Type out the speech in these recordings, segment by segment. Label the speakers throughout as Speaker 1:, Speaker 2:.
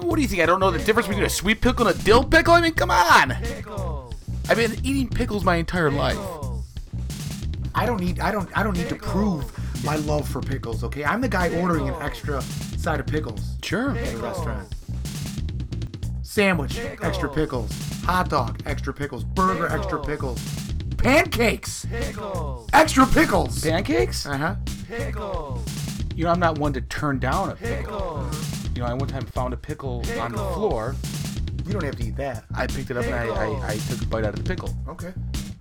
Speaker 1: What do you think? I don't know the difference between a sweet pickle and a dill pickle? I mean, come on! I've been eating pickles my entire life.
Speaker 2: I don't need I don't I don't need to prove my love for pickles. Okay, I'm the guy ordering an extra side of pickles
Speaker 1: Sure.
Speaker 2: at a restaurant. Sandwich, extra pickles. Hot dog, extra pickles. Burger, extra pickles. Pancakes, extra pickles.
Speaker 1: Pancakes?
Speaker 2: Uh huh.
Speaker 1: You know, I'm not one to turn down a pickle. You know, I one time found a pickle on the floor.
Speaker 2: You don't have to eat that.
Speaker 1: I picked it up and I, I, I took a bite out of the pickle.
Speaker 2: Okay.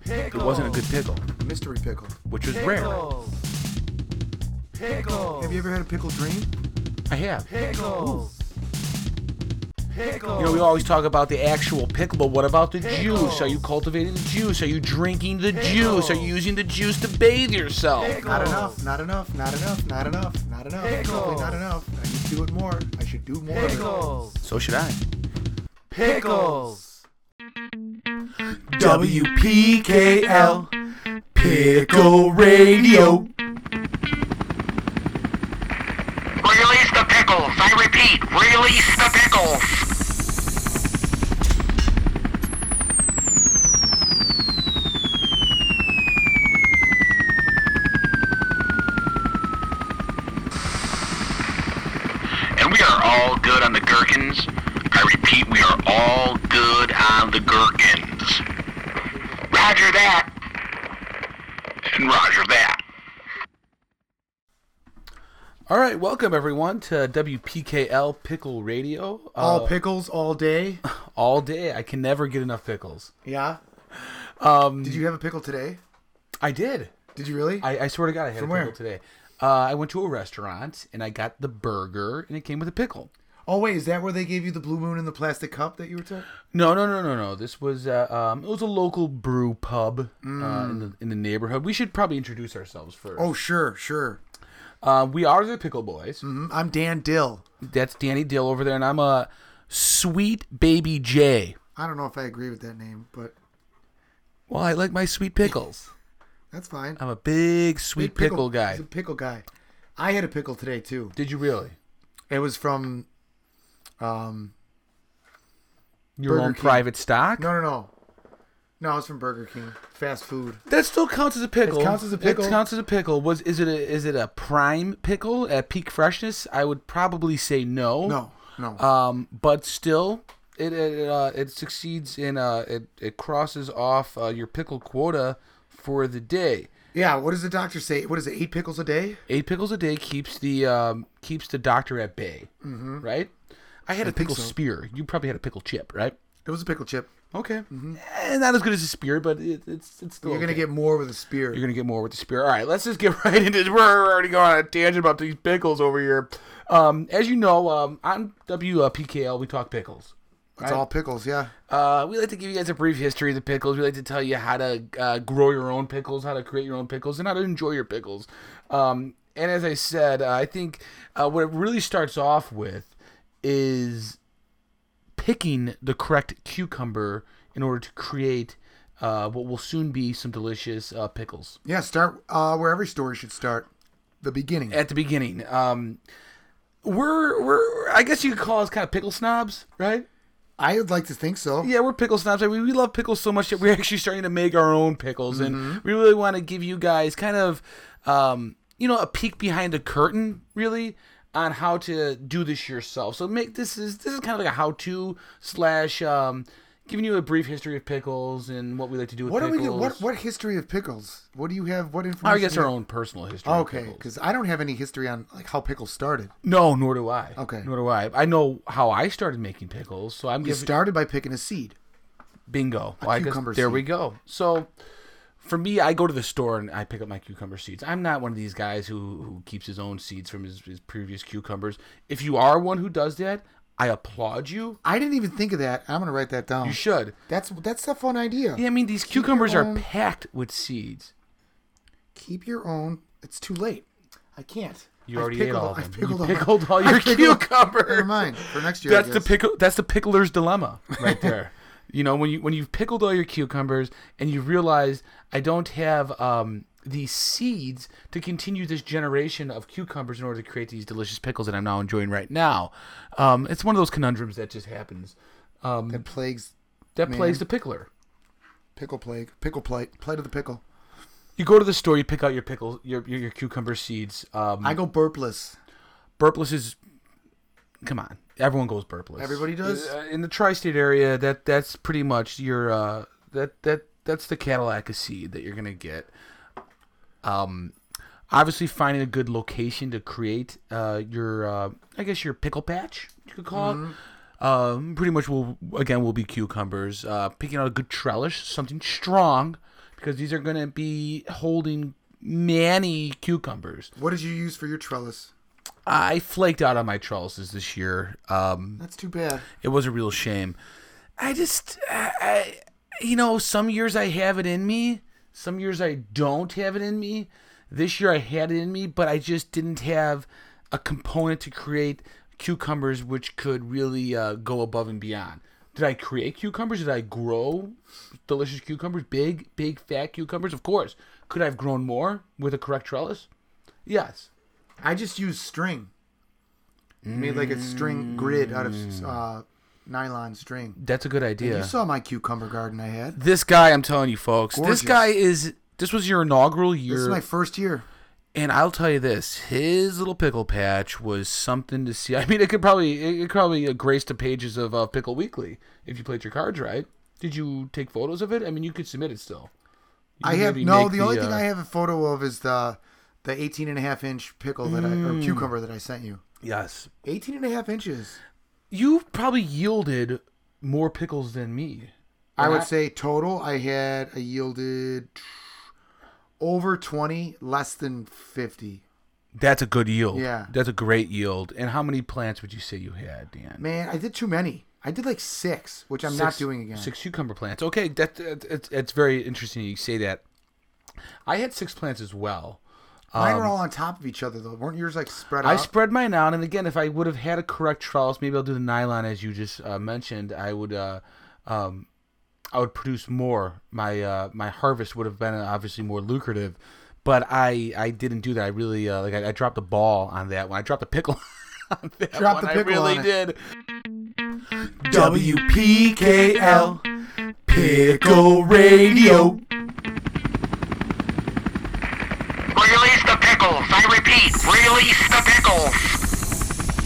Speaker 1: It wasn't a good pickle,
Speaker 2: Mystery pickle.
Speaker 1: which was rare.
Speaker 2: Have you ever had a pickle dream?
Speaker 1: I have. You know, we always talk about the actual pickle, but what about the juice? Are you cultivating the juice? Are you drinking the juice? Are you using the juice to bathe yourself?
Speaker 2: Not enough. Not enough. Not enough. Not enough. Not enough. Definitely not enough. I need to do it more. I should do more.
Speaker 1: So should I.
Speaker 3: Pickles.
Speaker 1: WPKL Pickle Radio.
Speaker 4: Release the pickles. I repeat, release the pickles. And we are all good on the gherkins. I repeat, we are all good on the gherkins. Roger that. And roger that.
Speaker 1: All right, welcome everyone to WPKL Pickle Radio. Uh,
Speaker 2: All pickles all day.
Speaker 1: all day. I can never get enough pickles.
Speaker 2: Yeah.
Speaker 1: Um,
Speaker 2: Did you have a pickle today?
Speaker 1: I did.
Speaker 2: Did you really?
Speaker 1: I, I swear to God, I had
Speaker 2: From
Speaker 1: a pickle
Speaker 2: where?
Speaker 1: today. Uh, I went to a restaurant and I got the burger and it came with a pickle.
Speaker 2: Oh wait, is that where they gave you the blue moon in the plastic cup that you were told?
Speaker 1: No, no, no, no, no. This was uh, um, it was a local brew pub
Speaker 2: Mm.
Speaker 1: uh, in the in the neighborhood. We should probably introduce ourselves first.
Speaker 2: Oh sure, sure. Oh.
Speaker 1: Uh, we are the Pickle Boys.
Speaker 2: Mm, I'm Dan Dill.
Speaker 1: That's Danny Dill over there, and I'm a sweet baby J.
Speaker 2: I don't know if I agree with that name, but
Speaker 1: Well, I like my sweet pickles.
Speaker 2: that's fine.
Speaker 1: I'm a big sweet
Speaker 2: Big
Speaker 1: pickle, guy.
Speaker 2: He's a pickle guy. I had a pickle today too.
Speaker 1: Did you really?
Speaker 2: It was from, um,
Speaker 1: Your
Speaker 2: Burger
Speaker 1: own
Speaker 2: King.
Speaker 1: private stock?
Speaker 2: no, no, no, no. It was from Burger King, fast food.
Speaker 1: That still counts as a pickle.
Speaker 2: counts as a
Speaker 1: It
Speaker 2: pickle.
Speaker 1: counts as a pickle. Was is it a is it a prime pickle at peak freshness? I would probably say no.
Speaker 2: No, no.
Speaker 1: Um, but still, it it, uh, it succeeds in uh it it crosses off uh, your pickle quota for the day.
Speaker 2: yeah, what does the doctor say? What is it? Eight pickles a day?
Speaker 1: Eight pickles a day keeps the um keeps the doctor at bay. Mm-hmm. Right. I had a
Speaker 2: think
Speaker 1: pickle
Speaker 2: so.
Speaker 1: spear. You probably had a pickle chip, right?
Speaker 2: It was a pickle chip.
Speaker 1: Okay. Eh, not as good as a spear, but it, it's it's still
Speaker 2: You're
Speaker 1: okay.
Speaker 2: gonna get more with a spear.
Speaker 1: You're gonna get more with the spear. All right, let's just get right into. We're already going on a tangent about these pickles over here. Um, as you know, um, on WPKL we talk pickles.
Speaker 2: it's all pickles. Yeah.
Speaker 1: Uh, we like to give you guys a brief history of the pickles. We like to tell you how to uh, grow your own pickles, how to create your own pickles, and how to enjoy your pickles. Um, and as I said, uh, I think uh, what it really starts off with is picking the correct cucumber in order to create uh, what will soon be some delicious uh, pickles.
Speaker 2: Yeah. Start uh, where every story should start. The beginning.
Speaker 1: at the beginning. Um, we're we're I guess you could call us kind of pickle snobs, right?
Speaker 2: I would like to think so.
Speaker 1: Yeah, we're pickle snobs. I mean, we love pickles so much that we're actually starting to make our own pickles, and
Speaker 2: Mm-hmm.
Speaker 1: we really want to give you guys kind of, um, you know, a peek behind the curtain, really, on how to do this yourself. So make this is this is kind of like a how to slash. Um, Giving you a brief history of pickles and what we like to do with
Speaker 2: What do
Speaker 1: pickles.
Speaker 2: we do? What what history of pickles? What do you have? What information?
Speaker 1: I guess
Speaker 2: do you
Speaker 1: our own personal history.
Speaker 2: have?
Speaker 1: of
Speaker 2: Okay,
Speaker 1: pickles.
Speaker 2: because I don't have any history on like how pickles started.
Speaker 1: No, nor do I.
Speaker 2: Okay.
Speaker 1: Nor do I. I know how I started making pickles, so I'm
Speaker 2: You
Speaker 1: giving
Speaker 2: started by picking a seed.
Speaker 1: bingo. Well, I guess
Speaker 2: cucumber
Speaker 1: there
Speaker 2: seed.
Speaker 1: we go. So for me, I go to the store and I pick up my cucumber seeds. I'm not one of these guys who, who keeps his own seeds from his, his previous cucumbers. If you are one who does that, I applaud you.
Speaker 2: I didn't even think of that. I'm gonna write that down.
Speaker 1: You should.
Speaker 2: That's that's a fun idea.
Speaker 1: Yeah, I mean these cucumbers are
Speaker 2: own-
Speaker 1: packed with seeds.
Speaker 2: Keep your own. It's too late. I can't.
Speaker 1: You
Speaker 2: I've
Speaker 1: already
Speaker 2: pickled
Speaker 1: ate all of
Speaker 2: I've
Speaker 1: them. You
Speaker 2: pickled all,
Speaker 1: pickled all your
Speaker 2: I've pickled-
Speaker 1: cucumbers.
Speaker 2: Never mind. For next year. I
Speaker 1: That's the
Speaker 2: guess.
Speaker 1: pickle. That's the pickler's dilemma, right there. you know, when you when you've pickled all your cucumbers and you realize I don't have um, the seeds to continue this generation of cucumbers in order to create these delicious pickles that I'm now enjoying right now. Um, it's one of those conundrums that just happens
Speaker 2: That plagues
Speaker 1: that
Speaker 2: Man.
Speaker 1: plays the pickler.
Speaker 2: pickle plague, pickle plight, plight of the pickle.
Speaker 1: You go to the store, you pick out your pickles, your your, your cucumber seeds. Um,
Speaker 2: I go burpless.
Speaker 1: burpless is, come on, everyone goes burpless.
Speaker 2: Everybody does?
Speaker 1: Uh, in the tri-state area. That that's pretty much your uh, that that that's the Cadillac of seed that you're gonna get. Um, obviously finding a good location to create uh, your uh, I guess your pickle patch you could call it.
Speaker 2: Mm-hmm.
Speaker 1: Um, pretty much will again will be cucumbers. Uh, picking out a good trellis, something strong, because these are gonna be holding many cucumbers.
Speaker 2: What did you use for your trellis?
Speaker 1: I flaked out on my trellises this year. Um,
Speaker 2: That's too bad.
Speaker 1: it was a real shame. I just, I, I, you know, some years I have it in me, some years I don't have it in me. This year I had it in me, but I just didn't have a component to create cucumbers which could really uh, go above and beyond. Did I create cucumbers? Did I grow delicious cucumbers? Big, big, fat cucumbers? Of course. Could I have grown more with a correct trellis? Yes.
Speaker 2: I just used string. Made like a string grid out of uh, nylon string.
Speaker 1: That's a good idea.
Speaker 2: You saw my cucumber garden I had.
Speaker 1: This guy, I'm telling you, folks,
Speaker 2: Gorgeous.
Speaker 1: this guy is. This was your inaugural
Speaker 2: This is
Speaker 1: year,
Speaker 2: my first year.
Speaker 1: and I'll tell you this: his little pickle patch was something to see. I mean, it could probably it could probably uh, grace the pages of uh, Pickle Weekly if you played your cards right. Did you take photos of it? I mean, you could submit it still. You
Speaker 2: I
Speaker 1: could
Speaker 2: have
Speaker 1: maybe
Speaker 2: no.
Speaker 1: make
Speaker 2: The only thing
Speaker 1: uh,
Speaker 2: I have a photo of is the the 18 and a half inch pickle that
Speaker 1: Mm.
Speaker 2: I or cucumber that I sent you.
Speaker 1: yes,
Speaker 2: 18 and a half inches.
Speaker 1: you probably yielded more pickles than me.
Speaker 2: I would say total I had I yielded over 20, less than 50.
Speaker 1: That's a good yield.
Speaker 2: Yeah.
Speaker 1: that's a great yield. And how many plants would you say you had, Dan?
Speaker 2: Man, I did too many. I did like six, which I'm
Speaker 1: six-
Speaker 2: not doing again.
Speaker 1: Six cucumber plants. Okay, that, that it's, it's very interesting you say that. I had six plants as well.
Speaker 2: Mine were all on top of each other though. Weren't yours like spread out?
Speaker 1: I spread mine out, and again, if I would have had a correct trellis, maybe I'll do the nylon as you just uh, mentioned. I would, uh, um, I would produce more. My uh, my harvest would have been uh, obviously more lucrative, but I I didn't do that. I really uh, like I, I dropped the ball on that one. I dropped the pickle. on that
Speaker 2: Dropped the
Speaker 1: one.
Speaker 2: pickle
Speaker 1: I really
Speaker 2: on it.
Speaker 1: did.
Speaker 3: WPKL Pickle Radio.
Speaker 4: Release the pickles. I repeat, release the pickles.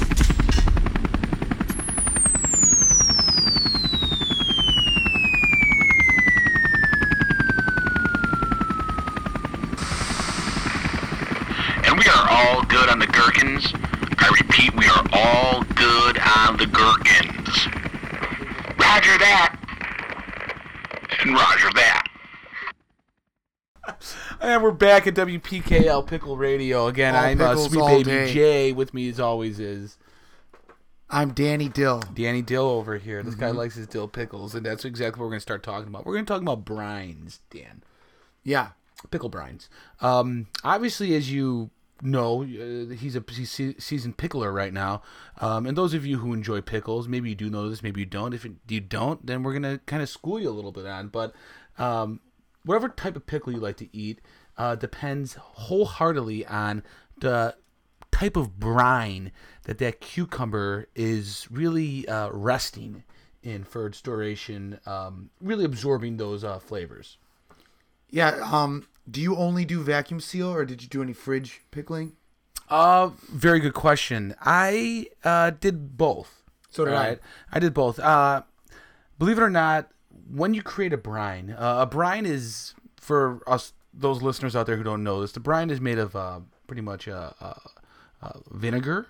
Speaker 4: And we are all good on the gherkins. I repeat, we are all good on the gherkins. Roger that. And roger that.
Speaker 1: And we're back at WPKL Pickle Radio again.
Speaker 2: All
Speaker 1: I'm uh,
Speaker 2: pickles
Speaker 1: Sweet
Speaker 2: all
Speaker 1: Baby
Speaker 2: day.
Speaker 1: Jay. With me as always is
Speaker 2: I'm Danny Dill.
Speaker 1: Danny Dill over here. This guy likes his dill pickles, and that's exactly what we're going to start talking about. We're going to talk about brines, Dan.
Speaker 2: Yeah.
Speaker 1: Pickle brines. Um, obviously, as you know, uh, he's a he's se- seasoned pickler right now. Um, and those of you who enjoy pickles, maybe you do know this, maybe you don't. If you don't, then we're going to kind of school you a little bit on. But um, whatever type of pickle you like to eat uh, depends wholeheartedly on the type of brine that that cucumber is really uh, resting in for its duration, um, really absorbing those uh, flavors.
Speaker 2: Yeah. Um, do you only do vacuum seal or did you do any fridge pickling?
Speaker 1: Uh, very good question. I uh, did both.
Speaker 2: So did I.
Speaker 1: I. I did both. Uh, believe it or not, when you create a brine, uh, a brine is for us those listeners out there who don't know this. The brine is made of uh, pretty much uh, uh, uh, vinegar.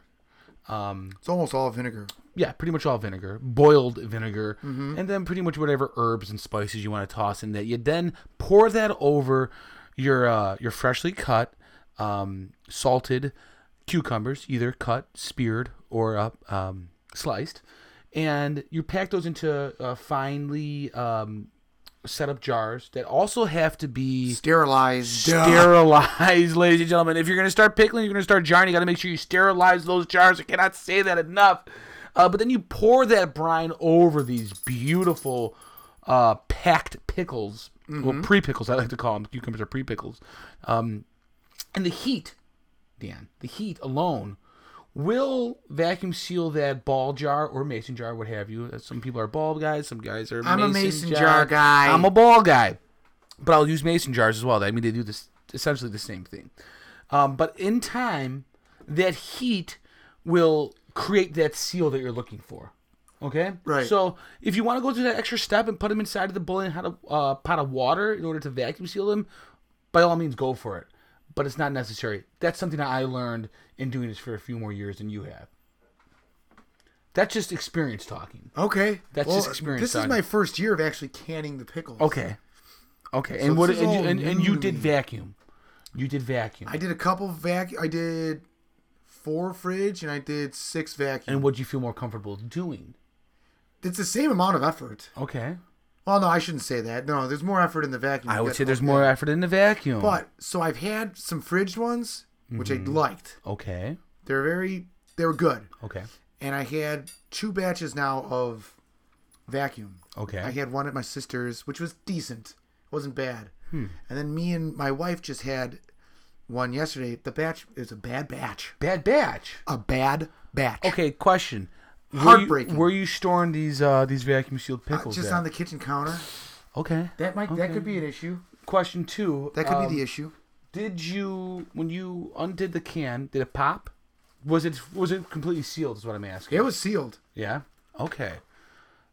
Speaker 2: It's almost all vinegar.
Speaker 1: Yeah, pretty much all vinegar, boiled vinegar, and then pretty much whatever herbs and spices you want to toss in that. You then pour that over your uh, your freshly cut, um, salted cucumbers, either cut, speared, or uh, um, sliced, and you pack those into uh, finely um, set up jars that also have to be
Speaker 2: Sterilized.
Speaker 1: sterilize, ladies and gentlemen. If you're gonna start pickling, you're gonna start jarring. You gotta make sure you sterilize those jars. I cannot say that enough. Uh, but then you pour that brine over these beautiful uh, packed pickles Well, pre pickles, I like to call them. Cucumbers are pre pickles. Um, and the heat, Dan, the heat alone will vacuum seal that ball jar or mason jar, what have you. Some people are ball guys, some guys are.
Speaker 2: I'm a mason jar guy.
Speaker 1: I'm a ball guy, but I'll use mason jars as well. I mean, they do this essentially the same thing. Um, but in time, that heat will create that seal that you're looking for. Okay.
Speaker 2: Right.
Speaker 1: So if you want to go through that extra step and put them inside of the boiling hot of, uh, pot of water in order to vacuum seal them, by all means, go for it. But it's not necessary. That's something that I learned in doing this for a few more years than you have. That's just experience talking.
Speaker 2: Okay.
Speaker 1: That's
Speaker 2: well,
Speaker 1: just experience,
Speaker 2: This is
Speaker 1: Sonny.
Speaker 2: my first year of actually canning the pickles.
Speaker 1: Okay. Okay.
Speaker 2: So
Speaker 1: and what?
Speaker 2: this is
Speaker 1: And you,
Speaker 2: all
Speaker 1: and, and
Speaker 2: new
Speaker 1: you
Speaker 2: to
Speaker 1: did
Speaker 2: me.
Speaker 1: vacuum. You did vacuum.
Speaker 2: I did a couple vac. I did four fridge and I did six vacuum.
Speaker 1: and what do you feel more comfortable doing?
Speaker 2: it's the same amount of effort.
Speaker 1: Okay.
Speaker 2: Well, no, I shouldn't say that. No, there's more effort in the vacuum.
Speaker 1: I
Speaker 2: You
Speaker 1: would
Speaker 2: get-
Speaker 1: say there's more effort in the vacuum.
Speaker 2: But so I've had some fridged ones, which
Speaker 1: Mm-hmm.
Speaker 2: I liked.
Speaker 1: okay.
Speaker 2: They're very, they were good.
Speaker 1: Okay.
Speaker 2: And I had two batches now of vacuum.
Speaker 1: Okay.
Speaker 2: I had one at my sister's, which was decent. It wasn't bad.
Speaker 1: Hmm.
Speaker 2: And then me and my wife just had one yesterday. The batch is a bad batch.
Speaker 1: Bad batch.
Speaker 2: A bad batch. Uh,
Speaker 1: Okay, question. Were you-
Speaker 2: Heartbreaking.
Speaker 1: Were you, storing these uh, these vacuum sealed pickles?
Speaker 2: Just
Speaker 1: at?
Speaker 2: on the kitchen counter.
Speaker 1: okay.
Speaker 2: That might that
Speaker 1: Okay.
Speaker 2: could be an issue. Um,
Speaker 1: Question two. um,
Speaker 2: That could be the issue.
Speaker 1: Did you when you undid the can? Did it pop? Was it was it completely sealed? Is what I'm asking.
Speaker 2: It was sealed.
Speaker 1: Yeah. Okay.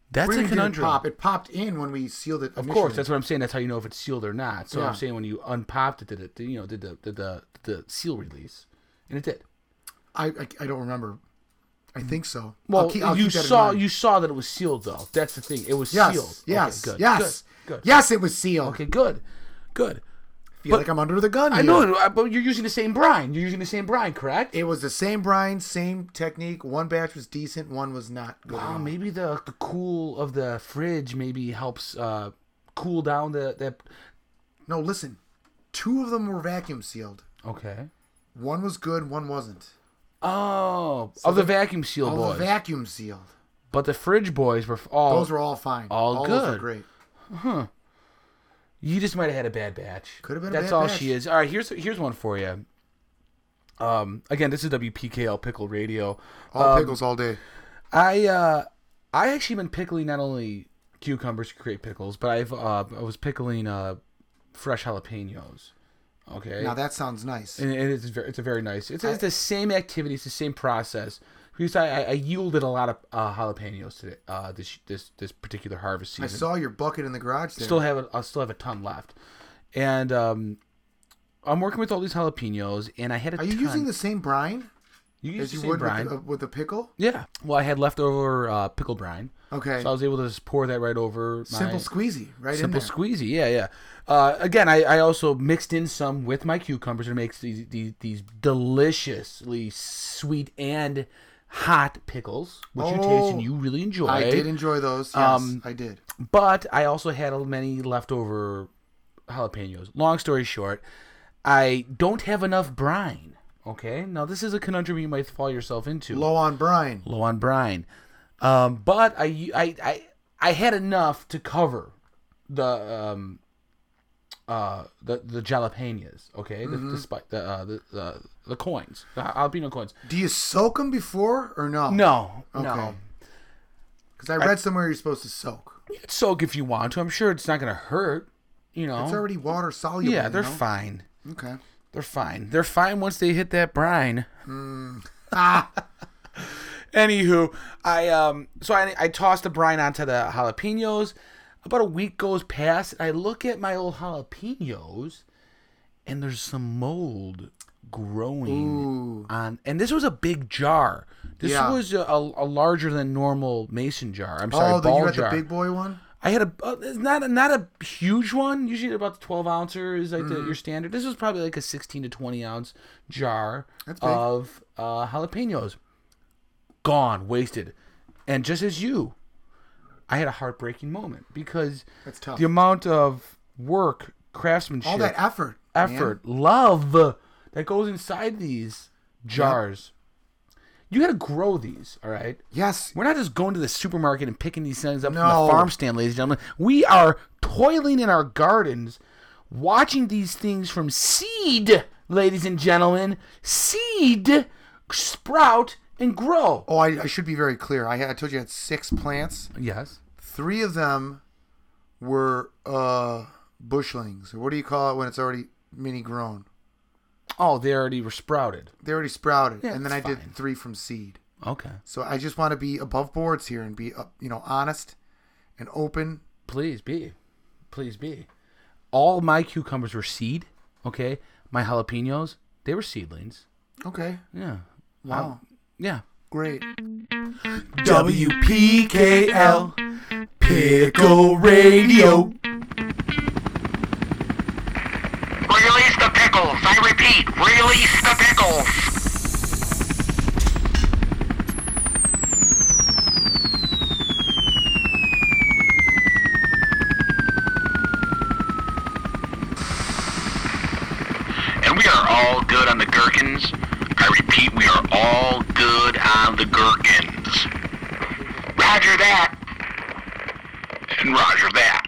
Speaker 1: That's
Speaker 2: We
Speaker 1: a
Speaker 2: didn't
Speaker 1: conundrum.
Speaker 2: pop. It popped in when we sealed it.
Speaker 1: Of course, that's what I'm saying. That's how you know if it's sealed or not. So
Speaker 2: Yeah.
Speaker 1: I'm saying when you unpopped it, did it you know did the did the the seal release? And it did.
Speaker 2: I, I I don't remember. I think so.
Speaker 1: Well,
Speaker 2: I'll keep- I'll
Speaker 1: you
Speaker 2: keep that in
Speaker 1: saw
Speaker 2: mind.
Speaker 1: you saw that it was sealed though. That's the thing. It was
Speaker 2: Yes.
Speaker 1: sealed. Okay,
Speaker 2: Yes.
Speaker 1: good.
Speaker 2: yes.
Speaker 1: Good. Good.
Speaker 2: Yes, it was sealed.
Speaker 1: Okay. Good. Good.
Speaker 2: Feel like I'm under the gun.
Speaker 1: I
Speaker 2: here.
Speaker 1: know, uh, but you're using the same brine. You're using the same brine, correct?
Speaker 2: It was the same brine, same technique. One batch was decent, one was not good.
Speaker 1: Oh,
Speaker 2: enough.
Speaker 1: maybe the, the cool of the fridge maybe helps uh, cool down the that.
Speaker 2: No, listen. Two of them were vacuum sealed.
Speaker 1: Okay.
Speaker 2: One was good, one wasn't.
Speaker 1: Oh, of the, vacuum seal
Speaker 2: All
Speaker 1: boys,
Speaker 2: the vacuum sealed.
Speaker 1: but the fridge boys were f- oh, all.
Speaker 2: Those were all fine.
Speaker 1: all
Speaker 2: Those were
Speaker 1: good.
Speaker 2: great.
Speaker 1: you just might have had a bad batch.
Speaker 2: Could have been a
Speaker 1: That's
Speaker 2: bad
Speaker 1: all
Speaker 2: batch.
Speaker 1: she is. All right, here's here's one for you. Um, again, this is WPKL Pickle Radio.
Speaker 2: All
Speaker 1: Um,
Speaker 2: pickles all day.
Speaker 1: I uh, I actually been pickling not only cucumbers to create pickles, but I've uh, I was pickling uh, fresh jalapenos. Okay.
Speaker 2: Now that sounds nice.
Speaker 1: and and it's very, it's a very nice. It's, it's the same activity. It's the same process. Because I, I, I yielded a lot of uh, jalapenos today, uh, this this this particular harvest
Speaker 2: I
Speaker 1: season.
Speaker 2: saw your bucket in the garage there.
Speaker 1: still have a, I still have a ton left, and um, I'm working with all these jalapenos, and I had a
Speaker 2: Are you
Speaker 1: ton.
Speaker 2: using the same brine
Speaker 1: you use
Speaker 2: as
Speaker 1: the
Speaker 2: you
Speaker 1: same
Speaker 2: would
Speaker 1: brine?
Speaker 2: With, the, uh, with the pickle?
Speaker 1: yeah. Well, I had leftover uh, pickle brine,
Speaker 2: Okay.
Speaker 1: so I was able to just pour that right over. my-
Speaker 2: Simple squeezy, right in
Speaker 1: Simple
Speaker 2: there.
Speaker 1: squeezy, yeah, yeah. Uh, again, I, I also mixed in some with my cucumbers and makes these, these these deliciously sweet and hot pickles, which you taste
Speaker 2: Oh,
Speaker 1: and you really enjoy.
Speaker 2: I did enjoy those. Yes,
Speaker 1: Um,
Speaker 2: I did.
Speaker 1: But I also had many leftover jalapenos. Long story short, I don't have enough brine. Okay, now this is a conundrum you might fall yourself into
Speaker 2: Low on brine.
Speaker 1: low on brine. Um, but I, I, I, I had enough to cover the um, uh, the the jalapenos. Okay,
Speaker 2: Mm-hmm.
Speaker 1: the the, spi- the, uh, the the the coins, the jalapeno coins.
Speaker 2: Do you soak them before or no?
Speaker 1: No,
Speaker 2: Okay.
Speaker 1: no.
Speaker 2: Because I read somewhere you're supposed to soak.
Speaker 1: Soak if you want to. I'm sure it's not gonna hurt. You know.
Speaker 2: It's already water soluble.
Speaker 1: Oh. yeah,
Speaker 2: you
Speaker 1: they're
Speaker 2: know?
Speaker 1: fine.
Speaker 2: Okay.
Speaker 1: They're fine. They're fine once they hit that brine. Anywho, I um, so I I toss the brine onto the jalapenos. About a week goes past, and I look at my old jalapenos, and there's some mold growing on. And this was a big jar. This
Speaker 2: Yeah.
Speaker 1: was a, a, a larger than normal mason jar. I'm sorry,
Speaker 2: Oh, the,
Speaker 1: ball
Speaker 2: you got
Speaker 1: jar.
Speaker 2: the big boy one?
Speaker 1: I had a uh, it's not a, not a huge one. Usually they're about the twelve ouncer is like
Speaker 2: Mm.
Speaker 1: the, your standard. This was probably like a sixteen to twenty ounce jar
Speaker 2: big.
Speaker 1: of uh, jalapenos. Gone, wasted, and just as you, I had a heartbreaking moment because
Speaker 2: That's tough.
Speaker 1: the amount of work, craftsmanship,
Speaker 2: All that effort. man.
Speaker 1: effort, love that goes inside these jars. You got to grow these, all right?
Speaker 2: Yes.
Speaker 1: We're not just going to the supermarket and picking these things up from
Speaker 2: No.
Speaker 1: the farm stand, ladies and gentlemen. We are toiling in our gardens, watching these things from seed, ladies and gentlemen, seed sprout and grow.
Speaker 2: Oh, I, I should be very clear. I, had, I told you I had six plants.
Speaker 1: Yes.
Speaker 2: Three of them were uh, bushlings, or what do you call it when it's already mini grown?
Speaker 1: Oh, they already were sprouted.
Speaker 2: They already sprouted,
Speaker 1: Yeah,
Speaker 2: and then I
Speaker 1: it's fine.
Speaker 2: did three from seed.
Speaker 1: Okay.
Speaker 2: So I just want to be above boards here and be, uh, you know, honest and open.
Speaker 1: Please be. Please be. All my cucumbers were seed, okay? My jalapenos, they were seedlings.
Speaker 2: Okay.
Speaker 1: Yeah.
Speaker 2: Wow.
Speaker 1: Um, Yeah.
Speaker 2: Great.
Speaker 3: WPKL Pickle Radio.
Speaker 4: Release the pickles. I repeat, release the pickles. And we are all good on the gherkins. I repeat, we are all good on the gherkins. Roger that. And roger that.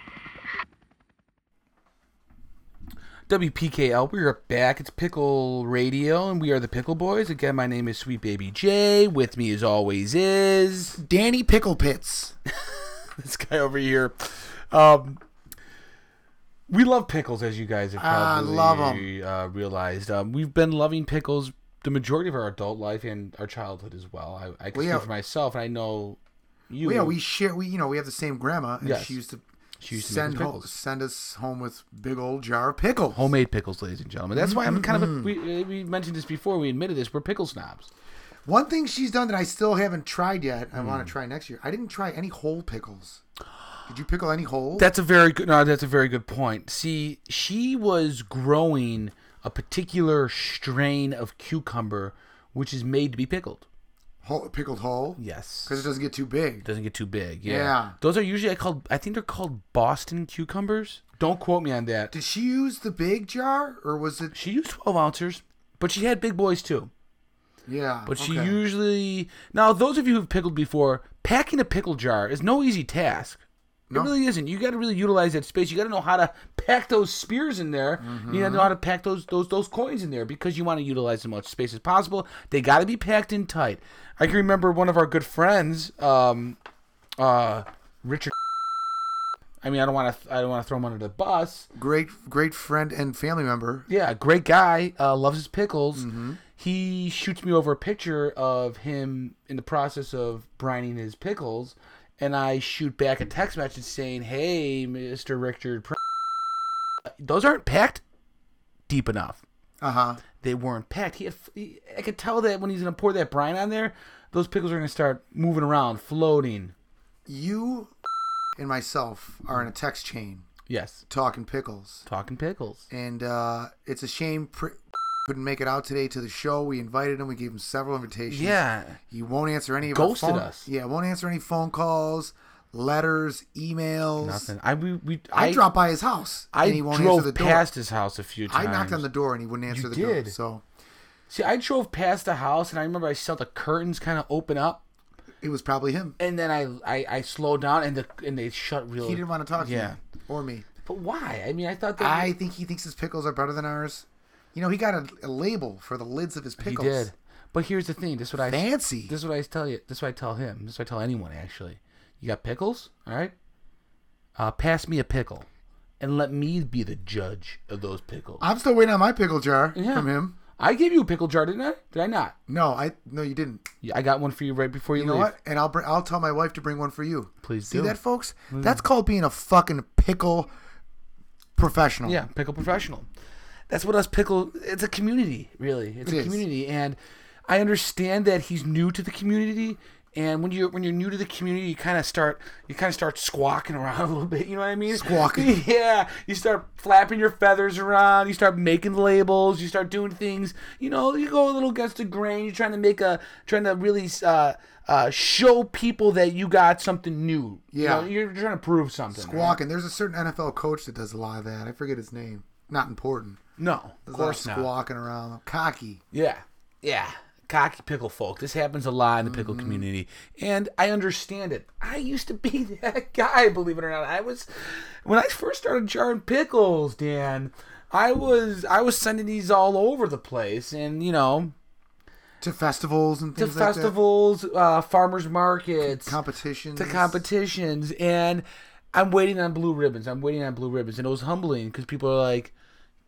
Speaker 1: WPKL, we are back. It's Pickle Radio, and we are the Pickle Boys. Again, my name is Sweet Baby J. With me, as always, is
Speaker 2: Danny Pickle Pits.
Speaker 1: this guy over here. Um, we love pickles, as you guys have
Speaker 2: Ah,
Speaker 1: probably
Speaker 2: love 'em.
Speaker 1: uh, realized. Um, we've been loving pickles the majority of our adult life and our childhood as well. I, I can
Speaker 2: Well,
Speaker 1: speak
Speaker 2: yeah.
Speaker 1: for myself, and I know you.
Speaker 2: Well, yeah, we share. We you know we have the same grandma, and
Speaker 1: Yes.
Speaker 2: she used to
Speaker 1: She used to make
Speaker 2: send
Speaker 1: us
Speaker 2: ho-
Speaker 1: pickles.
Speaker 2: send us home with big old jar of pickles.
Speaker 1: homemade pickles, ladies and gentlemen. That's why I'm kind
Speaker 2: Mm-hmm.
Speaker 1: of a, we, uh, we mentioned this before. We admitted this. We're pickle snobs.
Speaker 2: One thing she's done that I still haven't tried yet. I
Speaker 1: Hmm.
Speaker 2: want to try next year. I didn't try any whole pickles. Did you pickle any whole?
Speaker 1: That's a very good. No, that's a very good point. See, she was growing a particular strain of cucumber, which is made to be pickled.
Speaker 2: whole, pickled whole.
Speaker 1: Yes,
Speaker 2: Because it doesn't get too big.
Speaker 1: doesn't get too big. Yeah.
Speaker 2: Yeah.
Speaker 1: those are usually I called. I think they're called Boston cucumbers. Don't quote me on that.
Speaker 2: Did she use the big jar or was it?
Speaker 1: She used twelve ounces, but she had big boys too.
Speaker 2: Yeah.
Speaker 1: But she
Speaker 2: Ah, okay.
Speaker 1: usually now those of you who've pickled before, packing a pickle jar is no easy task. It really isn't. You got to really utilize that space. You got to know how to pack those spears in there. You got to know how to pack those those those coins in there because you want to utilize as much space as possible. They got to be packed in tight. I can remember one of our good friends, um, uh, Richard. I mean, I don't want to. I don't want to throw him under the bus.
Speaker 2: great great friend and family member.
Speaker 1: Yeah, great guy. Uh, loves his pickles.
Speaker 2: Mm-hmm.
Speaker 1: He shoots me over a picture of him in the process of brining his pickles, and I shoot back a text message saying, "Hey, Mister Richard, Pr- those aren't packed deep enough.
Speaker 2: Uh huh.
Speaker 1: They weren't packed. He, had, he, I could tell that when he's gonna pour that brine on there, those pickles are gonna start moving around, floating.
Speaker 2: You and myself are in a text chain
Speaker 1: Yes,
Speaker 2: talking pickles,
Speaker 1: talking pickles.
Speaker 2: and uh, it's a shame pr- couldn't make it out today to the show. We invited him. We gave him several invitations.
Speaker 1: Yeah,
Speaker 2: He won't answer any of
Speaker 1: Ghosted
Speaker 2: our phone-
Speaker 1: us.
Speaker 2: Yeah, won't answer any phone calls, letters, emails.
Speaker 1: nothing. I we, we
Speaker 2: I, dropped by his house
Speaker 1: I
Speaker 2: and he won't
Speaker 1: drove
Speaker 2: answer the door.
Speaker 1: past his house a few
Speaker 2: I
Speaker 1: times.
Speaker 2: knocked on the door and he wouldn't answer
Speaker 1: You
Speaker 2: the door.
Speaker 1: did.
Speaker 2: So
Speaker 1: See, I drove past the house and I remember I saw the curtains kind of open up,
Speaker 2: it was probably him.
Speaker 1: and then I, I I slowed down and the and they shut real.
Speaker 2: He didn't want to talk to
Speaker 1: Yeah.
Speaker 2: you or me.
Speaker 1: But why? I mean, I thought that
Speaker 2: I think he thinks his pickles are better than ours. You know, he got a, a label for the lids of his
Speaker 1: he
Speaker 2: pickles.
Speaker 1: did. But here's the thing. This is what I
Speaker 2: Fancy.
Speaker 1: this is what I tell you. This is what I tell him. This is what I tell anyone actually. You got pickles, all right? Uh, pass me a pickle, and let me be the judge of those pickles.
Speaker 2: I'm still waiting on my pickle jar
Speaker 1: Yeah.
Speaker 2: from him.
Speaker 1: I gave you a pickle jar, didn't I? Did I not?
Speaker 2: No, I no, you didn't.
Speaker 1: Yeah, I got one for you right before you,
Speaker 2: You know
Speaker 1: leave.
Speaker 2: what? And I'll bring. I'll tell my wife to bring one for you.
Speaker 1: Please
Speaker 2: See
Speaker 1: do.
Speaker 2: that, folks? That's called being a fucking pickle professional.
Speaker 1: Yeah, pickle professional. That's what us pickle. It's a community, really. It's
Speaker 2: It
Speaker 1: a
Speaker 2: is.
Speaker 1: community, and I understand that he's new to the community. And when you when you're new to the community, you kind of start you kind of start squawking around a little bit. You know what I mean?
Speaker 2: Squawking.
Speaker 1: Yeah. You start flapping your feathers around. You start making labels. You start doing things. You know, you go a little against the grain. You're trying to make a trying to really uh, uh, show people that you got something new.
Speaker 2: Yeah.
Speaker 1: You are trying to prove something. right?
Speaker 2: Squawking. There's a certain NFL coach that does a lot of that. I forget his name. Not important.
Speaker 1: No. Of
Speaker 2: There's a lot of
Speaker 1: course not.
Speaker 2: squawking around. Cocky.
Speaker 1: Yeah. Yeah. cocky pickle folk. This happens a lot in the
Speaker 2: Mm-hmm.
Speaker 1: pickle community, and I understand it. I used to be that guy, believe it or not. I was when I first started jarring pickles, Dan. I was I was sending these all over the place, and you know,
Speaker 2: to festivals and
Speaker 1: to
Speaker 2: things like
Speaker 1: festivals, uh, farmers markets,
Speaker 2: that. Competitions.
Speaker 1: to competitions and I'm waiting on blue ribbons. I'm waiting on blue ribbons and it was humbling because people are like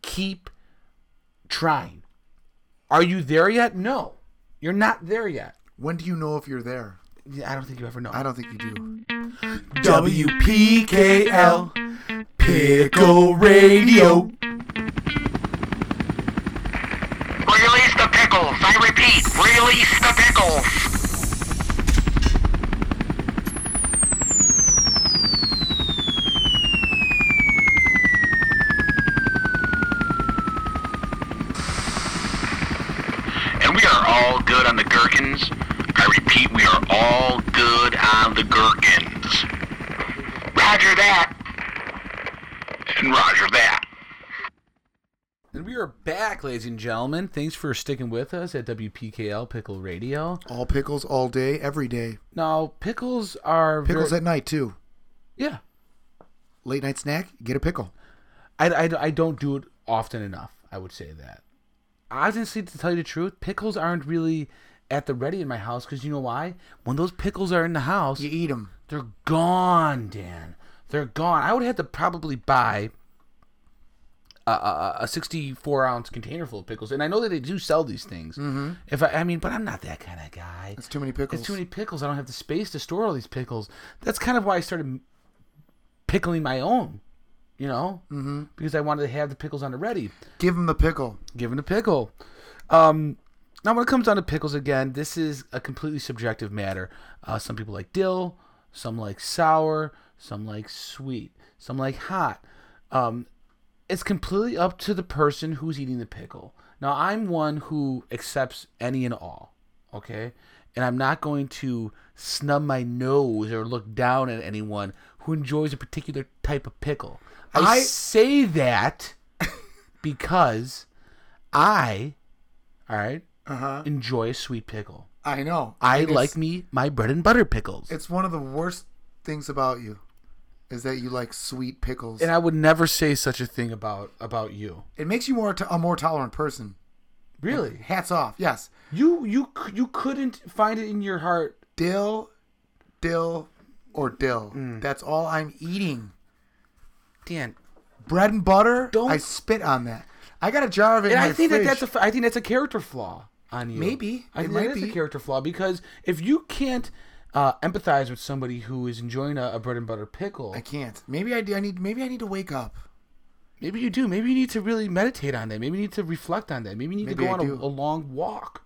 Speaker 1: keep trying. Are you there yet? No. You're not there yet.
Speaker 2: When do you know if you're there?
Speaker 1: Yeah, I don't think you ever know.
Speaker 2: I don't think you do.
Speaker 3: WPKL Pickle Radio.
Speaker 4: Release the pickles. I repeat, release the pickles. And we are all good on the gherkins. I repeat, we are all good on the gherkins. Roger that. And roger that.
Speaker 1: and we are back, ladies and gentlemen. Thanks for sticking with us at WPKL Pickle Radio.
Speaker 2: All pickles, all day, every day.
Speaker 1: Now, pickles are
Speaker 2: Pickles
Speaker 1: very-
Speaker 2: at night too.
Speaker 1: yeah.
Speaker 2: Late night snack, get a pickle.
Speaker 1: I, I, I don't do it often enough. I would say that. Honestly, to tell you the truth, pickles aren't really at the ready in my house because you know why? When those pickles are in the house,
Speaker 2: You eat them.
Speaker 1: they're gone, Dan. They're gone. I would have to probably buy a, a, a 64 ounce container full of pickles. And I know that they do sell these things. Mm-hmm. If I, I mean, but I'm not that kind of guy.
Speaker 2: It's too many pickles.
Speaker 1: It's too many pickles. I don't have the space to store all these pickles. That's kind of why I started pickling my own, you know, mm-hmm. because I wanted to have the pickles on the ready.
Speaker 2: Give them the pickle.
Speaker 1: Given a pickle. Um, now, when it comes down to pickles, again, this is a completely subjective matter. Uh, some people like dill, some like sour, some like sweet, some like hot. Um, it's completely up to the person who's eating the pickle. Now, I'm one who accepts any and all, okay? And I'm not going to snub my nose or look down at anyone who enjoys a particular type of pickle. I
Speaker 2: I-
Speaker 1: say that because I, all right,
Speaker 2: Uh huh.
Speaker 1: enjoy a sweet pickle.
Speaker 2: I know.
Speaker 1: Uh-huh. I
Speaker 2: It's-
Speaker 1: like me my bread and butter pickles.
Speaker 2: It's one of the worst things about you, is that you like sweet pickles.
Speaker 1: And I would never say such a thing about about you.
Speaker 2: it makes you more to- a more tolerant person.
Speaker 1: Really?
Speaker 2: Hats off. Yes.
Speaker 1: You you c- you couldn't find it in your heart
Speaker 2: Dill, dill, or dill.
Speaker 1: Mm.
Speaker 2: That's all I'm eating.
Speaker 1: Dan,
Speaker 2: Bread and butter.
Speaker 1: Don't-
Speaker 2: I spit on that. I got a jar of it.
Speaker 1: and
Speaker 2: in
Speaker 1: I
Speaker 2: my
Speaker 1: think
Speaker 2: fridge.
Speaker 1: that that's a f- I think that's a character flaw on you.
Speaker 2: Maybe.
Speaker 1: I
Speaker 2: It
Speaker 1: think
Speaker 2: might
Speaker 1: that is a
Speaker 2: be.
Speaker 1: character flaw because if you can't uh, empathize with somebody who is enjoying a, a bread and butter pickle,
Speaker 2: I can't. Maybe I, do- I need. Maybe I need to wake up.
Speaker 1: maybe you do. Maybe you need to really meditate on that. Maybe you need to reflect on that. Maybe you need
Speaker 2: Maybe
Speaker 1: to go
Speaker 2: I
Speaker 1: on a,
Speaker 2: do.
Speaker 1: a long walk.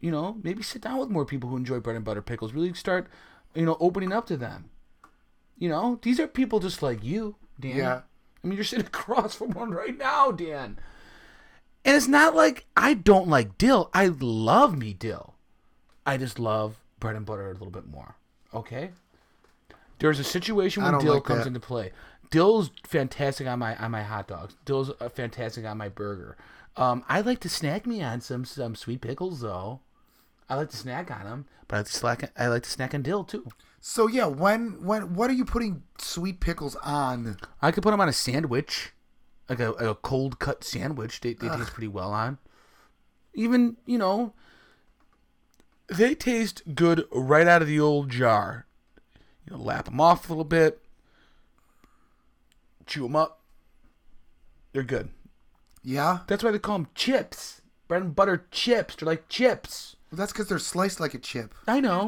Speaker 1: You know, maybe sit down with more people who enjoy bread and butter pickles. Really start, you know, opening up to them. You know, these are people just like you, Dan.
Speaker 2: Yeah.
Speaker 1: I mean, you're sitting across from one right now, Dan. And it's not like I don't like dill. I love me dill. I just love bread and butter a little bit more. Okay. There's a situation
Speaker 2: I
Speaker 1: when
Speaker 2: don't
Speaker 1: dill
Speaker 2: like
Speaker 1: comes
Speaker 2: that.
Speaker 1: into play. Dill's fantastic on my on my hot dogs. Dill's uh, fantastic on my burger. Um, I like to snack me on some some sweet pickles though. I like to snack on them, but I like to slack. I like to snack on dill too.
Speaker 2: So yeah, when when what are you putting sweet pickles on?
Speaker 1: I could put them on a sandwich, like a, a cold cut sandwich. They, they taste pretty well on. Even you know, they taste good right out of the old jar. You know, lap them off a little bit, chew them up. They're good.
Speaker 2: Yeah,
Speaker 1: That's why they call them chips. Bread and butter chips. They're like chips.
Speaker 2: Well, that's because they're sliced like a chip.
Speaker 1: I know.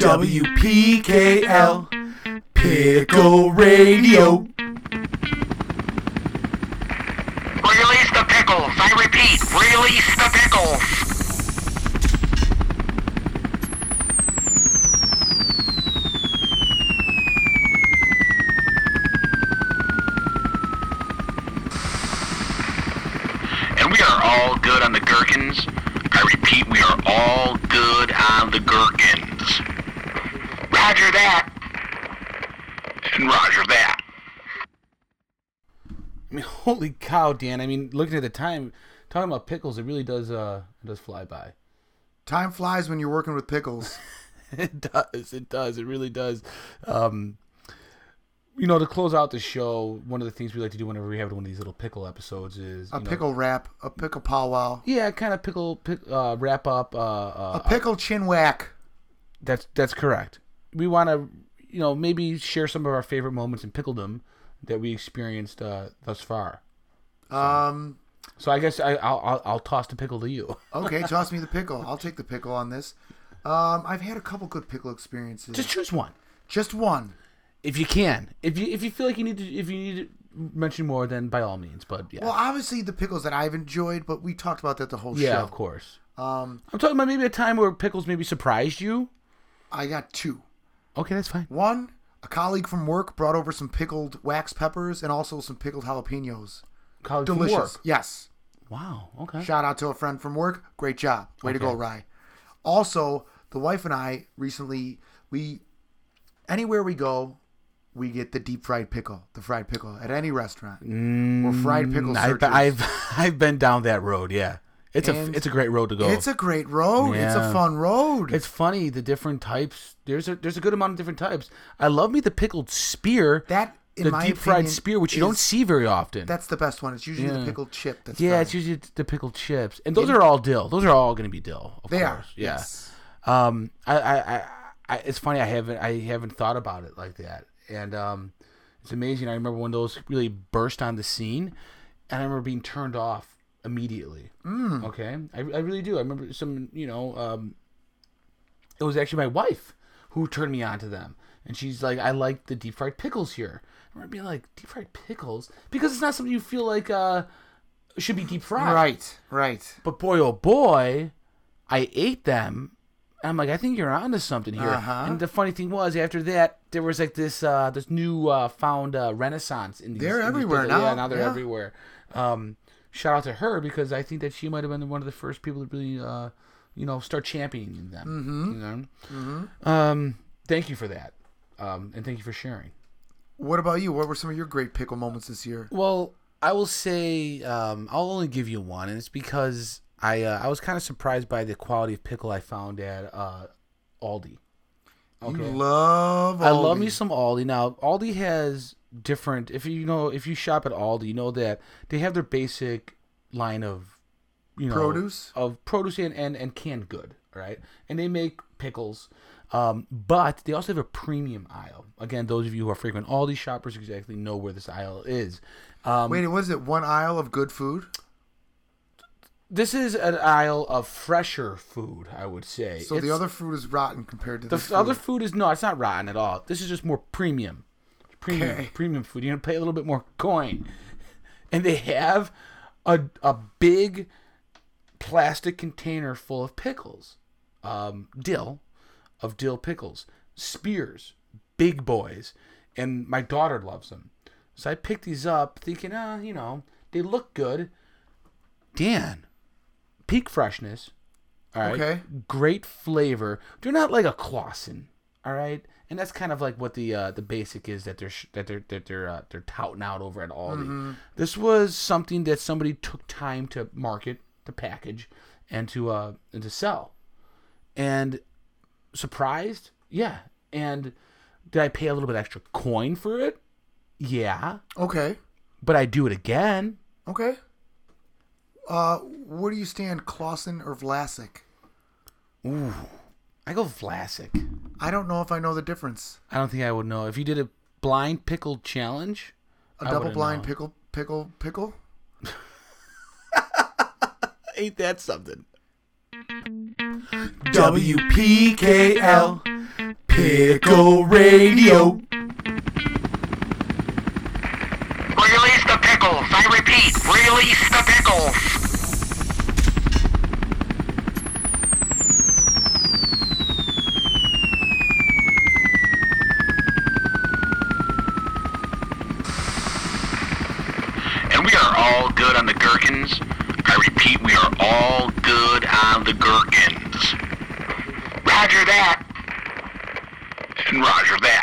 Speaker 3: WPKL Pickle Radio.
Speaker 4: Release the pickles. I repeat, release the pickles. And we are all good on the gherkins. I repeat, we are all good on the gherkins. Roger that. And roger that.
Speaker 1: I mean, holy cow, Dan. I mean, looking at the time, Talking about pickles, it really does uh it does fly by.
Speaker 2: Time flies when you're working with pickles.
Speaker 1: It does. It does. It really does. Um, you know, to close out the show, one of the things we like to do whenever we have one of these little pickle episodes is
Speaker 2: A
Speaker 1: you know-
Speaker 2: pickle wrap, a pickle powwow,
Speaker 1: Yeah, kind of pickle pick, uh, wrap up. Uh, uh,
Speaker 2: a pickle chin whack.
Speaker 1: that's that's correct. We want to, you know, maybe share some of our favorite moments in pickledom that we experienced uh, thus far.
Speaker 2: Um,
Speaker 1: So I guess I, I'll, I'll I'll toss the pickle to you.
Speaker 2: okay, toss me the pickle. I'll take the pickle on this. Um, I've had a couple good pickle experiences.
Speaker 1: Just choose one
Speaker 2: Just one.
Speaker 1: if you can. If you if you feel like you need to if you need to mention more, then by all means. But yeah,
Speaker 2: Well, obviously the pickles that I've enjoyed, but we talked about that the whole
Speaker 1: yeah,
Speaker 2: show.
Speaker 1: of course.
Speaker 2: Um,
Speaker 1: I'm talking about maybe a time where pickles maybe surprised you.
Speaker 2: I got two.
Speaker 1: Okay, that's fine.
Speaker 2: One, a colleague from work brought over some pickled wax peppers and also some pickled jalapenos.
Speaker 1: College from
Speaker 2: Delicious.
Speaker 1: work.
Speaker 2: Yes.
Speaker 1: Wow. Okay.
Speaker 2: Shout out to a friend from work. Great job. Way to go, Rye. Also, the wife and I recently we anywhere we go, we get the deep fried pickle, the fried pickle at any restaurant. We're fried pickle
Speaker 1: Mm, I've
Speaker 2: searchers.
Speaker 1: been, I've I've been down that road. Yeah, it's
Speaker 2: And-
Speaker 1: a it's a great road to go.
Speaker 2: It's a great road. It's a
Speaker 1: Yeah.
Speaker 2: fun road.
Speaker 1: It's funny the different types. There's a there's a good amount of different types. I love me the pickled spear.
Speaker 2: that in
Speaker 1: the
Speaker 2: my
Speaker 1: deep fried
Speaker 2: opinion,
Speaker 1: spear, which you don't
Speaker 2: is-
Speaker 1: see very often.
Speaker 2: That's the best one. It's usually the
Speaker 1: Yeah.
Speaker 2: pickled chip. That's
Speaker 1: yeah,
Speaker 2: fried.
Speaker 1: it's usually the pickled chips, and those are all dill. Those are all going to be dill. Of
Speaker 2: they
Speaker 1: course.
Speaker 2: are.
Speaker 1: Yeah.
Speaker 2: Yes.
Speaker 1: Um. I, I. I. I. It's funny. I haven't. I haven't thought about it like that. And um, it's amazing. I remember when those really burst on the scene, and I remember being turned off immediately. Mm. Okay. I. I really do. I remember some. You know. Um. It was actually my wife who turned me on to them, and she's like, "I like the deep fried pickles here." I remember being like, "Deep fried pickles," because it's not something you feel like uh should be deep fried.
Speaker 2: Right. Right.
Speaker 1: But boy, oh boy, I ate them. And I'm like, I think you're onto something here.
Speaker 2: Uh-huh.
Speaker 1: And the funny thing was, after that, there was like this uh, this new uh, found uh, renaissance in these.
Speaker 2: They're
Speaker 1: in these
Speaker 2: everywhere
Speaker 1: people.
Speaker 2: now,
Speaker 1: Yeah, now they're
Speaker 2: yeah.
Speaker 1: everywhere. Um, shout out to her because I think that she might have been one of the first people to really, uh, you know, start championing them. Mm-hmm. You know? mm-hmm. um, thank you for that, um, and thank you for sharing.
Speaker 2: What about you? What were some of your great pickle moments this year?
Speaker 1: Well, I will say um, I'll only give you one, and it's because I uh, I was kind of surprised by the quality of pickle I found at uh, Aldi.
Speaker 2: You love.
Speaker 1: I love
Speaker 2: Aldi.
Speaker 1: me some Aldi. Now Aldi has different. If you know, if you shop at Aldi, you know that they have their basic line of you know
Speaker 2: Produce?
Speaker 1: of produce and and, and canned good, right? And they make pickles. Um, but they also have a premium aisle. Again, those of you who are frequent Aldi shoppers exactly know where this aisle is. Um,
Speaker 2: Wait, was it one aisle of good food?
Speaker 1: this is an aisle of fresher food, I would say.
Speaker 2: So
Speaker 1: It's-
Speaker 2: the other food is rotten compared to
Speaker 1: the
Speaker 2: this
Speaker 1: f- other
Speaker 2: food.
Speaker 1: food is no, it's not rotten at all. This is just more premium, premium,
Speaker 2: Okay.
Speaker 1: premium food. You're gonna pay a little bit more coin, and they have a a big plastic container full of pickles, um, dill, of dill pickles, spears, big boys, and my daughter loves them. So I picked these up, thinking, ah, you know, they look good. Dan, peak freshness. All right.
Speaker 2: Okay.
Speaker 1: Great flavor. They're not like a Clausen. All right. And that's kind of like what the uh, the basic is that they're sh- that they're that they're uh, they're touting out over at Aldi. This was something that somebody took time to market, to package, and to uh and to sell. And surprised, yeah. And did I pay a little bit extra coin for it? Yeah,
Speaker 2: Okay.
Speaker 1: but I do it again.
Speaker 2: Okay. Uh, where do you stand, Clausen or Vlasic?
Speaker 1: I go Vlasic.
Speaker 2: I don't know if I know the difference.
Speaker 1: I don't think I would know if you did a blind pickle challenge. I
Speaker 2: A double
Speaker 1: wouldn't
Speaker 2: blind
Speaker 1: know.
Speaker 2: pickle, pickle, pickle.
Speaker 1: Ain't that something?
Speaker 3: WPKL Pickle Radio.
Speaker 4: Release the pickles. I repeat, release the pickles. And we are all good on the gherkins. I repeat, we are all good on the gherkins. Roger that. And roger that.